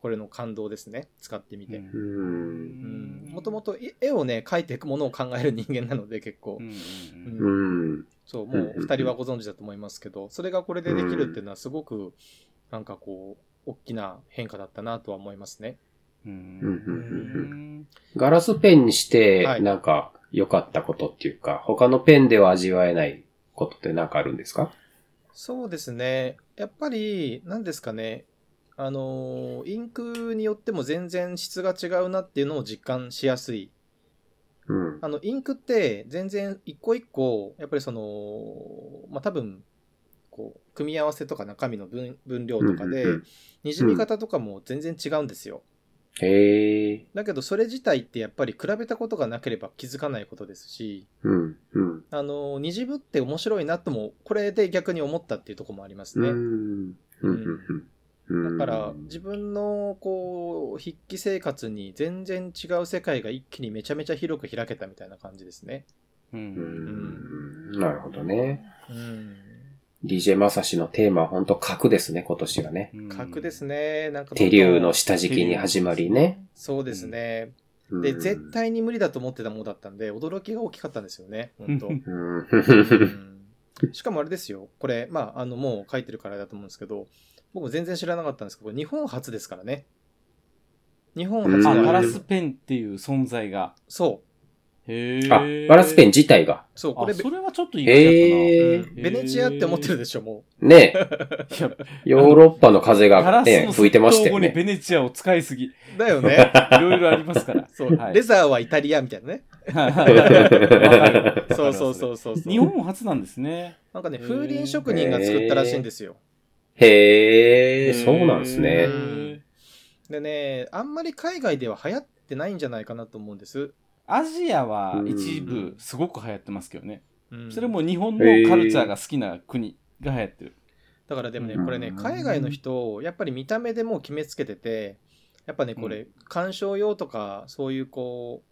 Speaker 3: これの感動ですね。使ってみ
Speaker 2: う。
Speaker 3: て。
Speaker 4: うんん。
Speaker 3: もともと絵をね、描いていくものを考える人間なので結構
Speaker 2: うん。うんうん。
Speaker 3: う
Speaker 4: うんん。
Speaker 3: そう、もうお二人はご存知だと思いますけど、それがこれでできるっていうのはすごく、なんかこう、大きな変化だったなとは思いますね。
Speaker 2: うん
Speaker 4: うんうんガラスペンにして
Speaker 3: は、い
Speaker 4: なんか良かったことっていうか、他のペンでは味わえないことってなんかあるんですか
Speaker 3: そうですね。やっぱり、何ですかね。あのー、インクによっても全然質が違うなっていうのを実感しやすい。
Speaker 4: うん。
Speaker 3: あの、インクって全然一個一個、やっぱりその、まあ、多分、こう、組み合わせとか中身の分分量とかで
Speaker 4: うんうんうん、
Speaker 3: にじみ方とかも全然違うんですよ。
Speaker 4: へえ。
Speaker 3: だけどそれ自体ってやっぱり比べたことがなければ気づかないことですし、
Speaker 4: うん。うん。
Speaker 3: あの、二次部って面白いなとも、これで逆に思ったっていうところもあります
Speaker 4: う
Speaker 3: ね。
Speaker 4: ん。うん。うん。
Speaker 3: だから自分のこう、筆記生活に全然違う世界が一気にめちゃめちゃ広く開けたみたいな感じですね。
Speaker 2: う。
Speaker 4: うんん。なるほどね。
Speaker 3: うん。
Speaker 4: DJ まさしのテーマは本当格ですね、今年はね。
Speaker 2: うん
Speaker 3: 格です。ね。なんかどんどん
Speaker 4: 手流の下敷きに始まりね。
Speaker 3: そうですね。
Speaker 4: うん
Speaker 3: で、絶。対に無理だと思ってたものだったんで、驚きが大きかったんですよね。本 当。
Speaker 4: うん。
Speaker 3: しかもあれですよ、これ、まあ、あの、もう書いてるからだと思うんですけど、僕も全然知らなかったんですけど、これ日本初ですからね。日本初
Speaker 4: うん
Speaker 2: あ、ガ
Speaker 3: の
Speaker 2: ラスペンっていう存在が。
Speaker 3: そ
Speaker 2: へ
Speaker 4: あ、ガラスペン自体が。
Speaker 3: そう、こ
Speaker 2: これ
Speaker 3: れベ
Speaker 2: それはちょっと意外だっ
Speaker 4: へ
Speaker 3: う
Speaker 4: え
Speaker 3: ん。ベネチアって思ってるでしょ、も。
Speaker 4: ね
Speaker 2: たな。いや
Speaker 4: ヨーロッパの風
Speaker 2: ガ
Speaker 4: が
Speaker 2: ラス
Speaker 4: ね、
Speaker 2: の
Speaker 4: 吹いてました
Speaker 2: 後
Speaker 4: よ
Speaker 2: に
Speaker 4: ね。
Speaker 2: ベネチアを使いすぎ。いう
Speaker 3: だよね。
Speaker 2: ろいろありますから。
Speaker 3: そう、
Speaker 2: はい
Speaker 3: レザーはイタリアみたいなね。
Speaker 2: はいはいわかる。
Speaker 3: そうそうそううそうそう。
Speaker 2: 日本初なんですね。
Speaker 3: なんかね、
Speaker 2: へー
Speaker 3: 風鈴職人が作ったらしいんですよ。
Speaker 4: へえ、そうなんです
Speaker 2: へ
Speaker 4: ね。
Speaker 2: ー
Speaker 3: でね、あんまり海外では流行ってないんじゃないかなと思うんです。
Speaker 2: アジアは一
Speaker 3: う
Speaker 2: 部
Speaker 3: ん
Speaker 2: すごく流行ってますけどね。
Speaker 3: うん
Speaker 2: それも日本のカルチャーが好きな国が流行ってる。
Speaker 3: だからでもね、
Speaker 4: うん
Speaker 3: これね、海外の人、やっぱり見た目でもう決めつけてて、やっぱね、これ、鑑賞用とか、そういうこ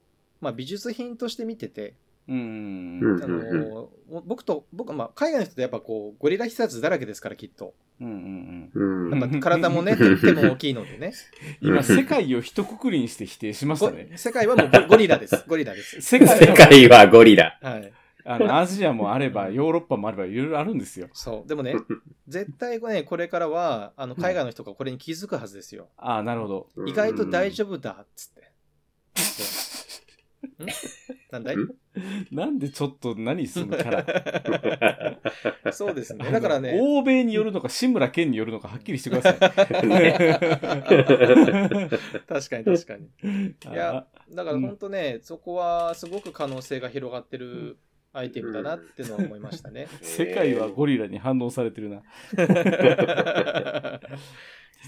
Speaker 3: う、まあ、美術品として見てて、
Speaker 2: うん。
Speaker 4: うん
Speaker 3: あの僕と、僕、まあ、海外の人ってやっぱこう、ゴリラ必殺だらけですから、きっと。
Speaker 2: うんうんうん
Speaker 4: うん
Speaker 3: やっぱ体 もね、
Speaker 4: う
Speaker 3: 手
Speaker 4: ん
Speaker 3: 手も大きいのでね。
Speaker 2: 今、世界を一括りにして否定しました
Speaker 3: ご
Speaker 2: ね。
Speaker 3: 世界はもうゴゴリラです。ゴリラで す。
Speaker 2: 世界
Speaker 4: 世界はゴリラ。
Speaker 3: はい。
Speaker 2: あのアジアもあれば、ヨーロッパもあれば、いろいろあるんですよ。
Speaker 3: そう。でもね、絶対ね、これからは、あの、海外の人がこれに気づくはずですよ。
Speaker 2: ああ、なるほど。
Speaker 3: 意外と大
Speaker 4: 夫。
Speaker 3: 丈夫だ、っつって。んなんだい
Speaker 2: なんでちょっと何すんのキャラ。
Speaker 3: そうですね。だからね、
Speaker 2: 欧米によるのか、志村けんによるのか、はっきりして ください。
Speaker 3: 確かに確かに。いや
Speaker 2: あ
Speaker 3: だから本当ね、そこはすごく可能性が広がってるアイテムだなってのは思いましたね。
Speaker 2: 世界はゴリラに反応されてるな。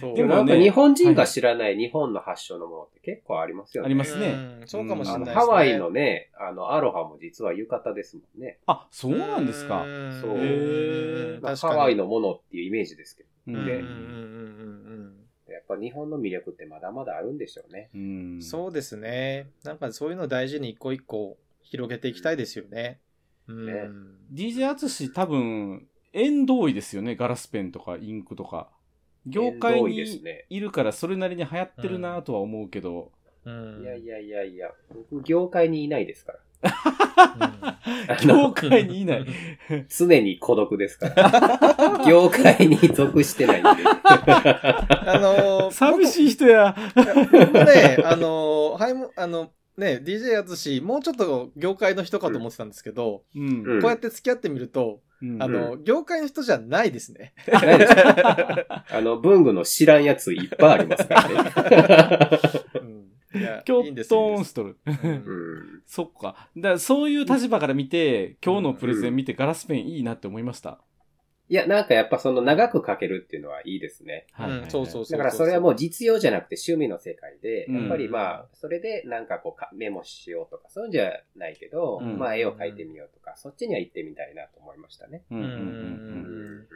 Speaker 3: そう
Speaker 4: でもなんか日本人が知らない日本の発祥のものって結構ありますよね。
Speaker 2: ありますね
Speaker 3: うんそうかもしれな
Speaker 4: あ
Speaker 3: い
Speaker 4: の
Speaker 3: ですね。
Speaker 4: ハワイのね、あの、アロハも実は浴衣ですもんね。
Speaker 2: あ、そうなんですか。
Speaker 3: うん
Speaker 4: そう
Speaker 2: へー
Speaker 4: まあ
Speaker 3: 確
Speaker 4: ハ
Speaker 3: かに
Speaker 4: ワイのものっていうイメージですけ
Speaker 2: う
Speaker 3: うんんうんうんうん
Speaker 4: ど、やっぱ日本の魅力ってまだまだあるんでしょうね。
Speaker 2: うん
Speaker 3: うんそうですね。なんかそういうのを大事に一個一個広げていきたいですよね。うん
Speaker 4: ね
Speaker 2: DJ アツシ多分、縁遠いですよね。ガラスペンとかインクとか。業界
Speaker 4: 縁遠いです
Speaker 2: に
Speaker 4: ね
Speaker 2: いるからそれなりに流行ってるなとは思うけど。
Speaker 3: うん
Speaker 4: いやいやいやいや、僕業界にいないです から。あの
Speaker 2: 業界 にいない。
Speaker 4: 常に孤独ですから。 業界に属してないんで。
Speaker 3: あ のー、
Speaker 2: 寂しい人や。
Speaker 3: 僕僕ね、あのー、はいも、あの、ね、DJ やつし、もうちょっと業界の人かと思ってたんですけど、
Speaker 2: うん
Speaker 4: うん
Speaker 3: こうやって付き合ってみると、
Speaker 2: うん
Speaker 3: あの、業界の人じゃないです ね。
Speaker 4: ないです かあの、文具の知らんやついっぱいあります からね。
Speaker 3: うんいや
Speaker 2: きょ
Speaker 3: いいんで
Speaker 2: っ
Speaker 3: すよ
Speaker 2: と
Speaker 3: いい
Speaker 2: ん
Speaker 3: んです
Speaker 2: しとる。
Speaker 3: うん
Speaker 4: うん
Speaker 2: そっか。だからそういう立場から見て、今日のプレゼン見てガラスペンいいなって思いました。
Speaker 4: いや、なんかやっぱその長く書けるっていうのはいいですね。
Speaker 2: はいはいはい
Speaker 3: うんそうそうそう。
Speaker 4: だからそれはもう実用じゃなくて趣味の世界で、
Speaker 2: うん
Speaker 4: やっぱりまあ、それでなんかこうかメモしようとか、そういうんじゃないけど、
Speaker 2: うん
Speaker 4: まあ絵を描いてみようとか、そっちには行ってみたいなと思いましたね。
Speaker 2: うんうんうん
Speaker 3: う
Speaker 2: うん
Speaker 3: ん
Speaker 2: だか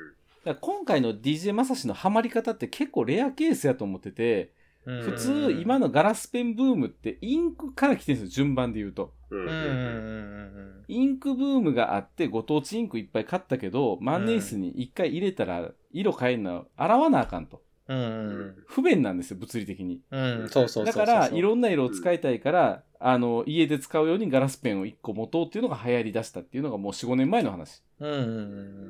Speaker 2: ら今回の DJ まさしのハマり方って結構レアケースやと思ってて、
Speaker 3: うん、
Speaker 2: 普通今
Speaker 3: の、
Speaker 2: のガラスペンブームってインクから来てるんですよ、順番で言うと。
Speaker 4: うん
Speaker 3: うんう
Speaker 4: う
Speaker 3: ん
Speaker 4: ん
Speaker 3: うん
Speaker 2: インクブームがあってご当地インクいっぱい買ったけど、万年筆に一回入れたら色変えるの洗わなあかんと。
Speaker 3: うんうん
Speaker 2: 不便なんですよ、物理的に。
Speaker 3: うんうんそうそうそうそ
Speaker 2: だ
Speaker 3: う。
Speaker 2: から、いろんな色を使いたいから、あの、家で使うようにガラスペンを1個持とうっていうのが流行り出したっていうのがもう4、5年前の話
Speaker 3: うんう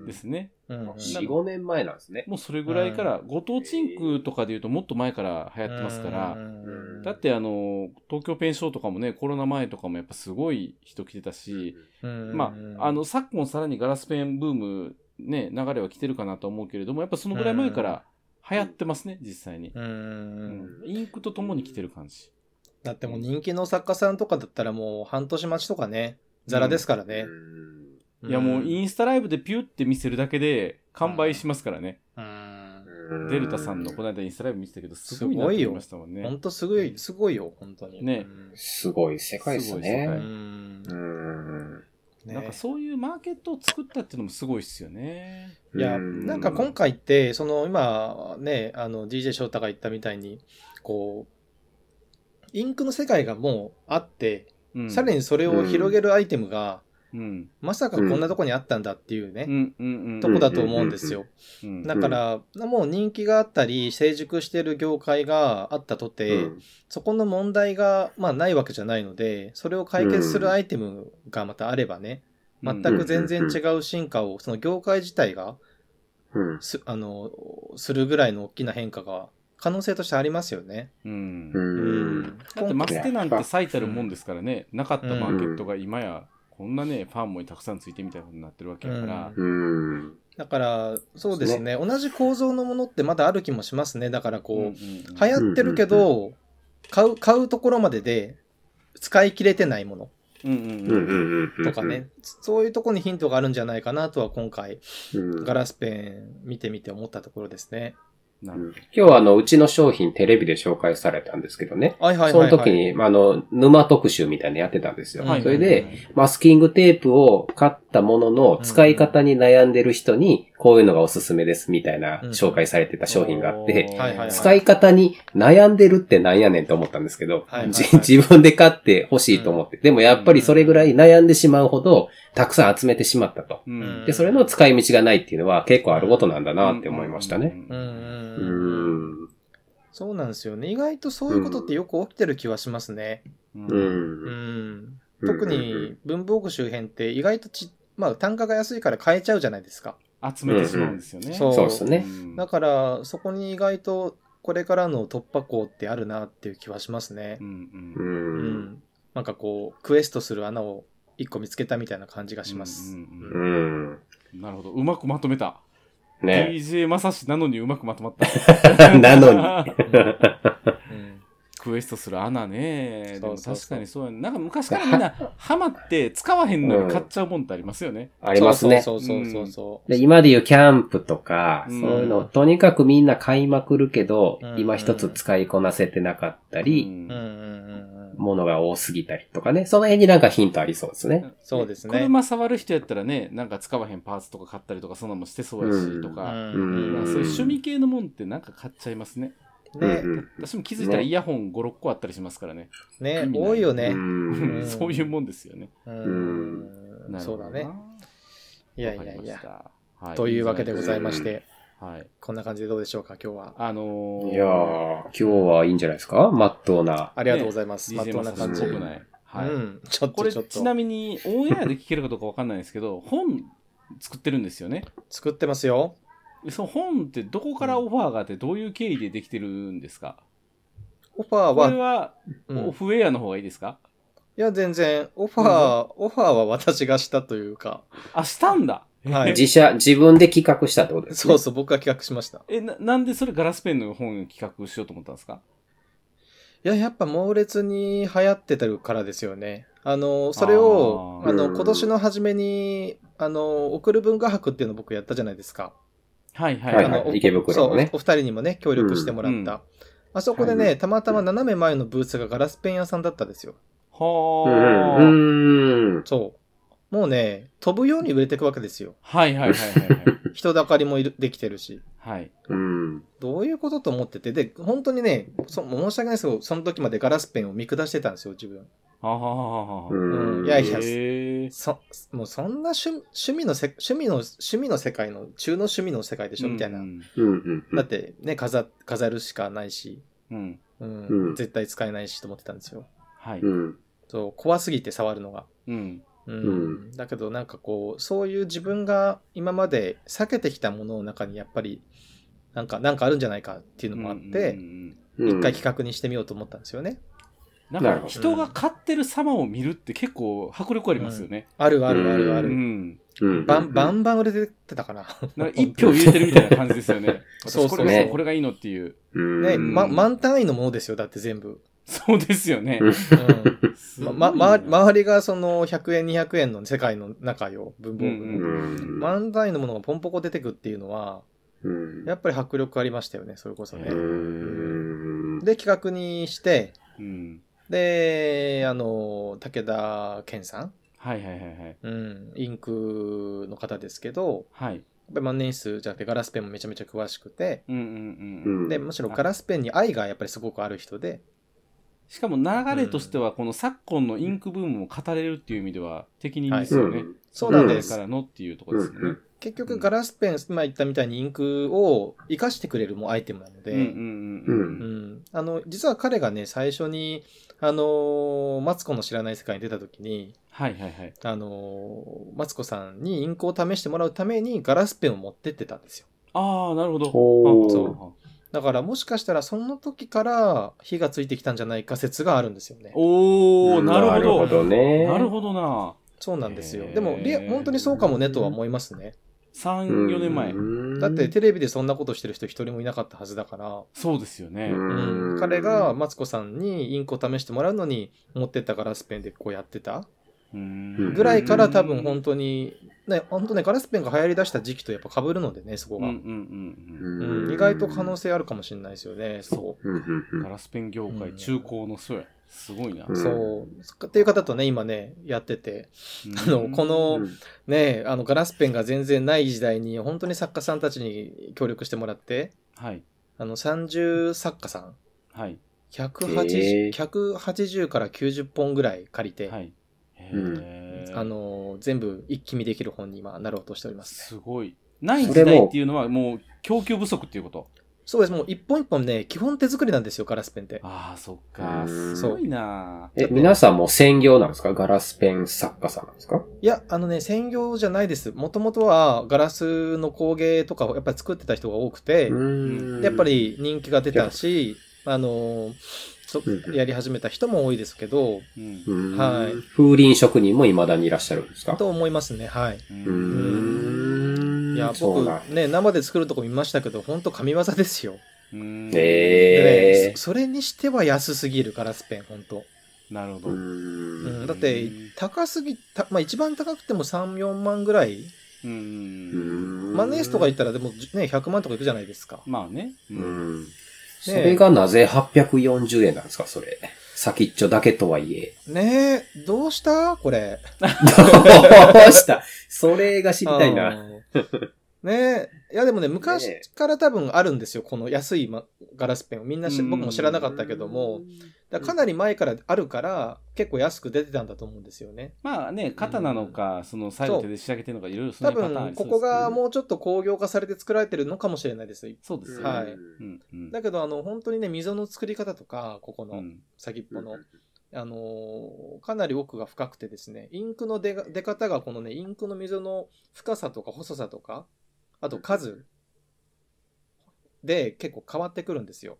Speaker 3: ん
Speaker 2: ですね。
Speaker 3: うんうん。
Speaker 4: 4、5年前なんですね。
Speaker 2: もうそれぐらいから、ご当地インクとかで言うともっと前から流行ってますから、
Speaker 3: うん
Speaker 2: だってあの、東京ペンショーとかもね、コロナ前とかもやっぱすごい人来てたし、
Speaker 3: うん
Speaker 2: まあ、あの、昨今さらにガラスペンブーム、ね、流れは来てるかなと思うけれども、やっぱそのぐらい前から流行ってますね、実際に。
Speaker 3: うんうん
Speaker 2: う
Speaker 3: う
Speaker 2: ん
Speaker 3: ん
Speaker 2: インクとともに来てる感じ。
Speaker 3: だってもう人気の作家さんとかだったらもう半年待ちとかね、ザラですからね
Speaker 4: う。ん
Speaker 2: いやもうイ
Speaker 3: い。
Speaker 2: ンスタライブでピュって見せるだけで完売しますからね。
Speaker 3: うん
Speaker 4: うん
Speaker 2: デルタさんのこの間インスタライブ見てたけど、すごいなと
Speaker 3: すご
Speaker 2: 思
Speaker 3: い
Speaker 2: い
Speaker 3: よ
Speaker 2: ましたもん
Speaker 3: ほ
Speaker 2: ね
Speaker 3: ん。とすごい、すごいよ、本当に。
Speaker 2: ね
Speaker 4: すごい世界です
Speaker 2: すご
Speaker 3: う
Speaker 2: い世
Speaker 4: ね。
Speaker 3: ん。う
Speaker 4: う
Speaker 3: ん
Speaker 4: ん
Speaker 3: ね
Speaker 2: なんかそういうマーケットを作ったっていうのもすごいっすよね。
Speaker 3: いや、
Speaker 4: うん
Speaker 3: なんか今回って、その今ね、あの DJ 翔太が言ったみたいに、こう、インクの世界がもうあって、
Speaker 2: うん
Speaker 3: さらにそれを広げるアイテムが、
Speaker 2: うん。
Speaker 3: まさかこんなとこにあったんだっていう
Speaker 2: う
Speaker 3: ね、
Speaker 2: んうんうん。
Speaker 3: とこだと思うんですよ。
Speaker 2: うん
Speaker 3: だから、もう人気があったり、成熟している業界があったとて、
Speaker 4: うん
Speaker 3: そこの問題が、まあ、ないわけじゃないので、それを解決するアイテムがまたあればね、全く全然違う進化を、その業界自体が
Speaker 4: うん
Speaker 3: す、あの、するぐらいの大きな変化が可能性としてありますよね。
Speaker 2: うん。
Speaker 4: う
Speaker 2: だ
Speaker 4: ん。
Speaker 2: って
Speaker 3: 今
Speaker 2: マ
Speaker 3: 回
Speaker 2: ステなんて最たるもんですからね、なかったマーケットが今や、こんなね、ファンもたくさんついてみたいなことになってるわけだから、
Speaker 4: うん。
Speaker 3: だから、そうですね同じ構造のものってまだある気もしますね。だからこう、
Speaker 2: うんうんうん
Speaker 3: 流行ってるけど、買う、買うところまでで使い切れてないもの
Speaker 2: うんうん
Speaker 4: う
Speaker 2: うん
Speaker 4: んうんうん。
Speaker 3: とかね、。そういうところにヒントがあるんじゃないかなとは今回、
Speaker 4: うん。
Speaker 3: ガ
Speaker 4: 今
Speaker 3: ラスペン見てみて思ったところですね。
Speaker 2: なる
Speaker 4: 日はあの、うちの商品テレビで紹介されたんですけどね。
Speaker 3: はいはい
Speaker 4: そ
Speaker 3: はい、は
Speaker 4: の
Speaker 3: い。
Speaker 4: 時に、まあ、あの、沼特集みたいなのやってたんですよ
Speaker 2: ほどは。い
Speaker 4: それで、、マスキングテープを買ったものの
Speaker 3: うん
Speaker 4: 使い方に悩んでる人にこういうのがおすすめですみたいな
Speaker 3: うん
Speaker 4: 紹介されてた商品があって、
Speaker 2: おー
Speaker 3: はいはいはい
Speaker 4: 使い方に悩んでるってなんやねんと思ったんですけど、
Speaker 3: はいはいはい
Speaker 4: じ自分で買って欲しいと思って、でもやっぱりそれぐらい悩んでしまうほどたくさん集めてしまったと。
Speaker 2: うん
Speaker 3: うん
Speaker 4: で、それの使い道がないっていうのは結構あることなんだなって思いましたね。。
Speaker 3: うん
Speaker 4: う
Speaker 3: うんんうん。そうなんですよね。意外とそういうことってよく起きてる気はしますね。
Speaker 2: うん
Speaker 4: う
Speaker 2: うん
Speaker 3: うんん。特に文房具周辺って意外とち、まあ単価が安いから買えちゃうじゃないですか。
Speaker 2: 集めてしまうんですよね。
Speaker 3: そう
Speaker 4: そうですね。
Speaker 2: ん
Speaker 3: だからそこに意外とこれからの突破口ってあるなっていう気はしますね
Speaker 2: う。ん
Speaker 4: う
Speaker 2: うん
Speaker 3: うんなんかこう、クエストする穴を一個見つけたみたいな感じがします
Speaker 2: う。んうん
Speaker 4: う
Speaker 2: うん
Speaker 4: ん
Speaker 2: なるほど。うまくまとめた。
Speaker 4: ね
Speaker 2: DJ まさしなのにうまくまとまった。
Speaker 4: なの
Speaker 2: に。
Speaker 3: うん
Speaker 2: クエストする穴ね。で
Speaker 3: そ
Speaker 2: も
Speaker 3: うそうそう
Speaker 2: 確かにそうやね。なんか昔からみん な、ハマって使わへんの
Speaker 4: うん
Speaker 2: に買っちゃうもんってありますよね。
Speaker 4: ありますね。
Speaker 3: そうそうそうそう。
Speaker 4: で今で言うキャンプとか、
Speaker 2: うん
Speaker 4: そういうのをとにかくみんな買いまくるけど、
Speaker 3: うん
Speaker 4: 今一つ使いこなせてなかった
Speaker 2: う
Speaker 4: り、
Speaker 2: ん
Speaker 3: うんうんうんうん。
Speaker 4: ものが多すぎたりとかね、その辺になんかヒントありそうですね。
Speaker 3: そうですね。
Speaker 2: 車触る人やったらね、なんか使わへんパーツとか買ったりとか、そんなもんしてそうやしとか、
Speaker 3: うん
Speaker 4: うん
Speaker 2: まあそういう趣味系のもんってなんか買っちゃいますね。
Speaker 3: ね
Speaker 4: う、ん
Speaker 2: 私も気づいたらイヤホン5、6個あったりしますからね。
Speaker 3: ね、多いよ
Speaker 4: う
Speaker 3: ね。
Speaker 4: ん
Speaker 3: ん
Speaker 2: そういうもんですよね。
Speaker 3: うん
Speaker 2: なる
Speaker 3: そ
Speaker 2: ほ
Speaker 3: う
Speaker 2: ど
Speaker 3: だ
Speaker 2: な
Speaker 3: ね。いやいや
Speaker 2: わか
Speaker 3: い
Speaker 2: りまし
Speaker 3: や。
Speaker 2: たは
Speaker 3: というわけでございまし
Speaker 2: い
Speaker 3: て、
Speaker 2: いんじゃないですか。はい。
Speaker 3: こんな感じでどうでしょうか、今日は。
Speaker 2: あのー、
Speaker 4: いやー、今日はいいんじゃないですかまっとうな。
Speaker 3: ありがとうございます。まっ
Speaker 2: DJ
Speaker 3: とう
Speaker 2: マ
Speaker 3: な
Speaker 2: サ
Speaker 3: 感
Speaker 2: シ
Speaker 3: じ。
Speaker 2: っぽく
Speaker 4: マスさん
Speaker 2: ない。はい。
Speaker 3: うん、ちょっ
Speaker 2: ことれ
Speaker 3: ちょっ
Speaker 2: ちな
Speaker 3: と。
Speaker 2: みにオンエアで聞けるかどうかわかんないですけど本作ってるんですよね
Speaker 3: 作ってますよ。
Speaker 2: その本ってどこからオファーがあってどういう経緯でできてるんですか
Speaker 3: オファー
Speaker 2: これ
Speaker 3: は、
Speaker 2: は
Speaker 3: うん
Speaker 2: オ
Speaker 3: い
Speaker 2: フウェアの方がいいですか
Speaker 3: や、全然、オファー、オファーは私がしたというか、
Speaker 2: あしたんだ
Speaker 3: はい
Speaker 4: 自社、自分で企画したってことです
Speaker 3: そ
Speaker 4: ね。
Speaker 3: うそう、僕が企画しました。
Speaker 2: えななんでそれガラスペンの本を企画しようと思ったんですか
Speaker 3: いや、やっぱ猛烈に流行ってたからですよね。あの、それを、
Speaker 2: あー
Speaker 3: あの、
Speaker 4: うん
Speaker 3: 今年の初めに、あの、送る文化博っていうのを僕やったじゃないですか。
Speaker 2: はいはい
Speaker 4: は
Speaker 2: はいい、
Speaker 3: あ
Speaker 4: は
Speaker 3: の
Speaker 4: い。池袋のね
Speaker 3: そう。おお二人にもね協力してもらった、
Speaker 2: うん
Speaker 3: あそこでね、
Speaker 4: は
Speaker 3: たまたま斜め前のブースがガラスペン屋さんだったんですよ
Speaker 4: う
Speaker 2: はあ、
Speaker 4: ん。うん。
Speaker 3: そうもうね飛ぶように売れていくわけですよ
Speaker 2: はいはいはいはい
Speaker 3: 人だかりもいるできてるし
Speaker 2: はい、はい、
Speaker 4: うん。
Speaker 3: どういうことと思っててで本当にねそ申し訳ないですけどその時までガラスペンを見下してたんですよ自分
Speaker 2: はあはあはあはあ
Speaker 4: うん
Speaker 3: いやいや
Speaker 2: へえ
Speaker 3: そもうそんな趣趣味のせ趣味の趣味の世界の中の趣味の世界でしょみたいな、
Speaker 2: うん
Speaker 4: うんうんうん
Speaker 3: だってね飾飾るしかないし、
Speaker 2: うん
Speaker 3: うん
Speaker 4: うん
Speaker 3: 絶対使えないしと思ってたんですよ
Speaker 2: はい、
Speaker 4: う
Speaker 2: うん
Speaker 4: ん。
Speaker 3: そう怖すぎて触るのがうん
Speaker 4: うん
Speaker 3: だけどなんかこうそういう自分が今まで避けてきたものの中にやっぱりなんかなんかあるんじゃないかっていうのもあっ
Speaker 2: うんう
Speaker 3: て
Speaker 2: んうん
Speaker 3: 一回企画にしてみようと思ったんですよね。
Speaker 2: なん
Speaker 4: なる
Speaker 2: か
Speaker 4: ほど
Speaker 2: 人が買ってる様を見るって結構迫力ありますよね。
Speaker 3: あるあるあるあ
Speaker 2: う
Speaker 4: うん
Speaker 3: る。
Speaker 2: ん。
Speaker 4: うん。
Speaker 3: バンバンバン売れてってたかな。
Speaker 2: なんか一票入れてるみたいな感じですよ ね。
Speaker 3: そう
Speaker 2: 私
Speaker 3: そう
Speaker 2: こ
Speaker 3: そ
Speaker 2: れ
Speaker 3: う
Speaker 2: がいい、これがいいのっていう。
Speaker 4: うん。
Speaker 3: ね、
Speaker 4: うん
Speaker 3: ま、満単位のものですよだって全部。
Speaker 2: そうですよね。
Speaker 3: うん
Speaker 2: すごい
Speaker 3: ま
Speaker 2: な
Speaker 3: ま周りがその100円200円の世界の中よ文房具の、
Speaker 2: うん
Speaker 4: うん
Speaker 3: 満単位のものがポンポコ出てくっていうのは
Speaker 4: うん
Speaker 3: やっぱり迫力ありましたよねそれこそね
Speaker 4: う。ん。
Speaker 3: で企画にして
Speaker 2: うん。
Speaker 3: で、あの、武田健さん、
Speaker 2: はいはいはいはい。
Speaker 3: うん、インクの方ですけど、
Speaker 2: はい。
Speaker 3: やっぱり万年筆じゃなくてガラスペンもめちゃめちゃ詳しくて、
Speaker 2: うんうんうん。
Speaker 3: で、むしろガラスペンに愛がやっぱりすごくある人で、
Speaker 2: しかも流れとしては、この昨今のインクブームを語れるっていう意味では、適任ですよね。
Speaker 4: うん
Speaker 3: そうなん
Speaker 2: こ
Speaker 3: で
Speaker 2: れ
Speaker 3: す。
Speaker 2: からのっていうところですよね。
Speaker 3: 結局ガラスペン、今言ったみたいにインクを活かしてくれるもうアイテムなので、
Speaker 2: うんうんうん
Speaker 3: う
Speaker 2: うん。
Speaker 3: んあの、実は彼がね、最初に、あの、マツコの知らない世界に出た時に、
Speaker 2: はいはいはい。
Speaker 3: あの、マツコさんにインクを試してもらうためにガラスペンを持ってってたんですよ。
Speaker 2: ああ、なるほど。
Speaker 4: ほう
Speaker 2: あそう
Speaker 3: だからもしかしたらその時から火がついてきたんじゃないか説があるんですよね。
Speaker 2: おー、なるほど。
Speaker 4: なるほどね。
Speaker 2: なるほどな。
Speaker 3: そうなんですよ
Speaker 2: へ。ー
Speaker 3: でも、リア本当にそうかもねとは思いますね。
Speaker 2: 3、4年前。
Speaker 4: 前
Speaker 3: だって、テレビでそんなことしてる人一人もいなかったはずだから、
Speaker 2: そうですよね。
Speaker 3: うん彼がマツコさんにインクを試してもらうのに持ってったガラスペンでこうやってた
Speaker 2: うん
Speaker 3: ぐらいから多分本当に、ね、本当ね、ガラスペンが流行り出した時期とやっぱ被るのでね、そこ
Speaker 2: うん
Speaker 3: が
Speaker 2: う。ん
Speaker 3: うん、意外と可能性あるかもしれないですよね、そ
Speaker 4: うんうんう
Speaker 2: うんん。ガラスペン業界、中高の人や。すごいな。
Speaker 3: う。
Speaker 4: ん
Speaker 3: そう。そっかっていう方とね、今ね、やってて、あの、こ
Speaker 4: う
Speaker 3: の
Speaker 4: ん
Speaker 3: ね、あの、ガラスペンが全然ない時代に、本当に作家さんたちに協力してもらって、
Speaker 2: はい。
Speaker 3: あの、30作家さん、
Speaker 2: はい。
Speaker 3: 180
Speaker 4: へー
Speaker 3: 180から90本ぐらい借りて、
Speaker 2: はい。へ
Speaker 4: うん
Speaker 2: ー
Speaker 3: あの全部一気見できる本に今なろうとしておりますね。
Speaker 2: すごい。ない時
Speaker 4: それ
Speaker 2: 代
Speaker 4: も
Speaker 2: っていうのはもう供給不足っていうこと。
Speaker 3: そうです、もう一本一本ね、基本手作りなんですよ、ガラスペンって。
Speaker 2: ああ、そっか。
Speaker 4: うん
Speaker 2: すごいな。
Speaker 4: え、皆さんも専業なんですかガラスペン作家さんなんですか
Speaker 3: いや、あのね、専業じゃないです。もともとはガラスの工芸とかをやっぱり作ってた人が多くて、
Speaker 4: うん
Speaker 3: やっぱ、り人気が出たし、あのそ
Speaker 4: うんうん
Speaker 3: やり始めた人も多いですけど、
Speaker 2: うん
Speaker 4: うん
Speaker 3: はい
Speaker 4: 風鈴職人も未だにいらっしゃるんですか
Speaker 3: と思いますね、はい。
Speaker 4: うーん
Speaker 3: いや、
Speaker 4: そう
Speaker 3: 僕
Speaker 4: なん、
Speaker 3: ね、生で作るとこ見ましたけど、ほんと神業ですよ。
Speaker 2: うん
Speaker 3: でね
Speaker 4: ええ
Speaker 3: そそれにしては安すぎるガラスペン、本当。
Speaker 2: なるほど。
Speaker 4: うん
Speaker 3: だって高すぎた、まあ、一番高くても3、4万ぐらい、
Speaker 2: うん。
Speaker 3: マネースとか言ったら、でも、じね、100万とかいくじゃないですか。
Speaker 2: まあね。う
Speaker 4: うんんそれがなぜ840円なんですかそれ。先っちょだけとはい え。
Speaker 3: ねえ、どうしたこれ。
Speaker 4: どうしたそ れが知りたいな。
Speaker 3: うん ねえ、いやでもね、昔から多分あるんですよ、この安いまガラスペンを。みんなし
Speaker 2: うん
Speaker 3: 僕も知らなかったけども、だからかなり前からあるから、結構安く出てたんだと思うんですよね。
Speaker 2: まあね、肩なのか、その最後手で仕上げてるのか、いろいろそ
Speaker 3: 多
Speaker 2: のパターンあ
Speaker 3: 分、
Speaker 2: りそ
Speaker 3: こ
Speaker 2: うです
Speaker 3: こがもうちょっと工業化されて作られてるのかもしれないです。
Speaker 2: そうですよね。
Speaker 3: はい
Speaker 2: うんうん
Speaker 3: だけど、あの、本当にね、溝の作り方とか、ここ
Speaker 2: う
Speaker 3: の
Speaker 2: ん
Speaker 3: 先っぽの。あのーかなり奥が深くてですね、インクの出が出方がこのね、インクの溝の深さとか細さとか、あと数で結構変わってくるんですよ。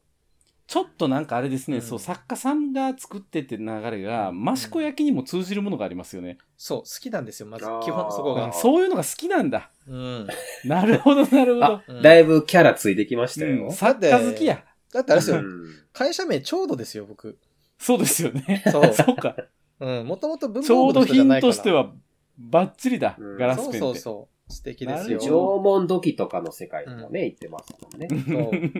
Speaker 2: ちょっとなんかあれですね、
Speaker 3: うん
Speaker 2: そう、作家さんが作ってって流れが、益子焼きにも通じるものがありますよね。
Speaker 3: そう、好きなんですよ、まず
Speaker 4: あー。
Speaker 3: 基本そこ
Speaker 4: うん
Speaker 3: が
Speaker 2: あ。そういうのが好きなんだ。
Speaker 3: うん。
Speaker 2: なるほど、なるほど
Speaker 4: あ。、だいぶキャラついてきました
Speaker 2: うん
Speaker 4: よ。
Speaker 2: 作家好きや。
Speaker 3: だってあれです
Speaker 4: う
Speaker 3: よ、
Speaker 4: ん
Speaker 3: 会社名ちょうどですよ、僕。
Speaker 2: そうですよね。
Speaker 3: そ う
Speaker 2: そうか。
Speaker 3: うん、もともと文
Speaker 2: ちょ
Speaker 3: 房
Speaker 2: う
Speaker 3: 具の
Speaker 2: ど
Speaker 3: 人じゃな
Speaker 2: 品
Speaker 3: いから。
Speaker 2: としては、バッチリだ
Speaker 4: う。ん
Speaker 2: ガラスペン
Speaker 3: そ
Speaker 2: っ
Speaker 3: う
Speaker 2: て。
Speaker 3: そうそう。素敵です
Speaker 2: なる
Speaker 3: よ。
Speaker 2: ほ
Speaker 4: 縄文土器とかの世界とかね、行ってますもんね。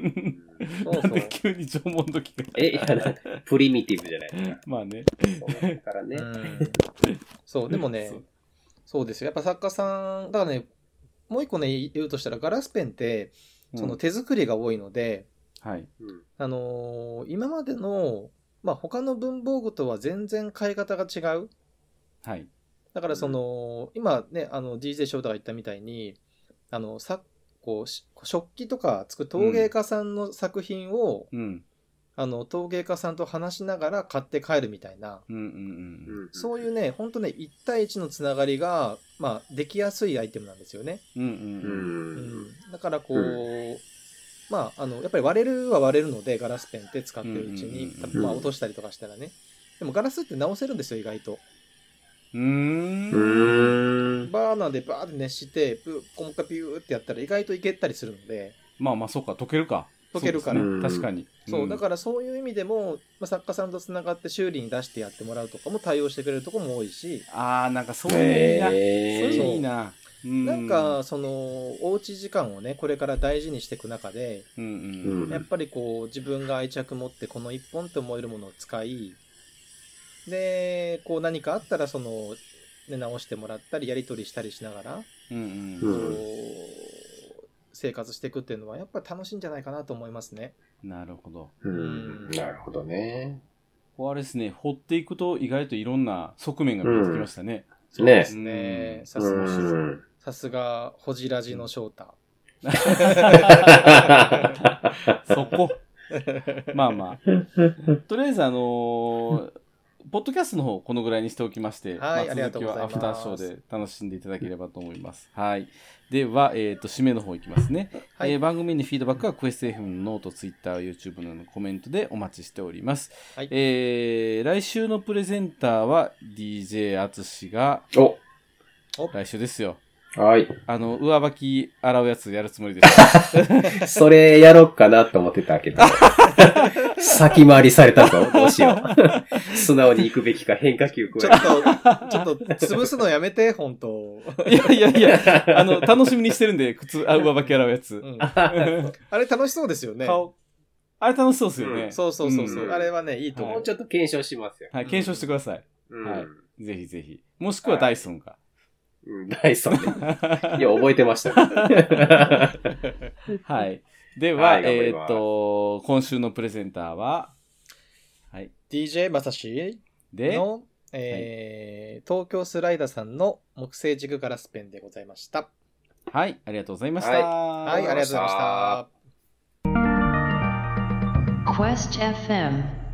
Speaker 3: そ うそう
Speaker 2: な
Speaker 3: そ
Speaker 2: ん
Speaker 3: う
Speaker 2: で急に縄文時が。
Speaker 4: え、いやなんかプリミティブじゃないですか。
Speaker 2: まあね。
Speaker 4: そうだからね
Speaker 3: う。んそう、でもね
Speaker 2: そう、
Speaker 3: そうですよ。やっぱ作家さん、だからね、もう一個ね、言うとしたら、ガラスペンって、
Speaker 2: うん
Speaker 3: その手作りが多いので、
Speaker 2: はい。
Speaker 4: うん
Speaker 3: あのー今までの、まあ、他の文房具とは全然買い方が違う。
Speaker 2: はい。
Speaker 3: だからその、今ね、あの、DJ 翔太が言ったみたいに、あの、さこうし食器とか作る陶芸家さんの作品を、
Speaker 2: うん。
Speaker 3: あの陶芸家さんと話しながら買って帰るみたいな、
Speaker 2: うんうんうん。
Speaker 3: そういうね、ほんとね、1対1のつながりが、まあ、できやすいアイテムなんですよね。
Speaker 2: うん
Speaker 4: う。
Speaker 2: うん
Speaker 3: うんん、だからこう、
Speaker 4: う
Speaker 3: まあ、あの、やっぱり割れるは割れるので、ガラスペンって使ってるうち
Speaker 2: う
Speaker 3: に、
Speaker 2: んうんうん
Speaker 3: まあ、落としたりとかしたらね。でもガラスって直せるんですよ、意外と。
Speaker 2: うん。
Speaker 4: う
Speaker 2: うーん。
Speaker 4: ーん。
Speaker 3: バーナーでバーって熱して、ぶもう一回ピューってやったら意外といけたりするので、
Speaker 2: まあまあ、そうか。溶けるか。
Speaker 3: 溶けるから
Speaker 2: そうですね確かに。
Speaker 3: そう、
Speaker 2: ん
Speaker 3: だからそういう意味でも、まあ、作家さんとつながって修理に出してやってもらうとかも対応してくれるとこも多いし、
Speaker 2: ああ、なんかそういうのいいな。そう
Speaker 4: え
Speaker 2: いう
Speaker 4: ー
Speaker 2: のいいな。
Speaker 3: なんか、その、おうち時間をね、これから大事にしていく中で、
Speaker 2: うんう
Speaker 4: うんん
Speaker 3: やっぱりこう自分が愛着持ってこの一本って思えるものを使いでこう何かあったらその、ね、直してもらったりやり取りしたりしながら、
Speaker 2: うん
Speaker 4: う
Speaker 2: うん
Speaker 3: こう生活していくっていうのはやっぱ楽しいんじゃないかなと思いますね。
Speaker 2: ん。なるほど。
Speaker 4: うんなるほどね。
Speaker 2: ここあれですね、掘っていくと意外といろんな側面が見えてきましたね。
Speaker 3: そうですね
Speaker 2: う
Speaker 3: さ
Speaker 4: う
Speaker 3: すが
Speaker 4: ん。
Speaker 3: さすがホジラジの翔太。
Speaker 2: そこ。まあまあ。とりあえず、あのーポッドキャストの方、このぐらいにしておきまして、
Speaker 3: はいありがと
Speaker 2: 続
Speaker 3: う
Speaker 2: き
Speaker 3: ござい
Speaker 2: はア
Speaker 3: ます
Speaker 2: フターショーで楽しんでいただければと思います。はい。では、えっ、と、締めの方いきますね。
Speaker 3: はい
Speaker 2: えー番組にフィードバックは、クエスト FM のノート、ツイッター、YouTube などのコメントでお待ちしております。
Speaker 3: はい
Speaker 2: えー来週のプレゼンターは DJ あつしが、
Speaker 4: お、
Speaker 2: 来週ですよ。
Speaker 4: はい。
Speaker 2: あの、上履き洗うやつやるつもり です。
Speaker 4: それやろうかなと思ってたけど、先回りされたぞ。どうしよ う。素直に行くべきか変化球
Speaker 3: ち
Speaker 4: 加
Speaker 3: ょ
Speaker 4: え
Speaker 3: っと、ちょっと、潰すのやめて、本当。
Speaker 2: いやいやいや、あの、楽しみにしてるんで、靴、あ上履き洗うやつ
Speaker 3: う。ん
Speaker 4: て
Speaker 3: あれ楽しそうですよね。
Speaker 2: 顔。あれ楽しそうですよね。
Speaker 3: そうそうそうそう、
Speaker 4: うん
Speaker 3: あれはね、いいと思
Speaker 4: も
Speaker 3: う。
Speaker 4: うちょっと検証しますよ。
Speaker 2: はい、検証してください。
Speaker 4: うん
Speaker 2: はいぜひぜひ。もしくはダイソンか。
Speaker 4: うんダイソンね。いや、覚えてましたね。
Speaker 2: はい。では、
Speaker 4: はい頑張
Speaker 2: え
Speaker 4: り
Speaker 2: ーっ、
Speaker 4: ます
Speaker 2: と、今週のプレゼンターは、はい。
Speaker 3: DJ まさし
Speaker 2: で、
Speaker 3: の、えー東京スライダーさんの木製軸ガラスペンでございました。
Speaker 2: はい、ありがとうございました。
Speaker 4: はい
Speaker 3: はい、ありがとうございました。
Speaker 1: Quest FM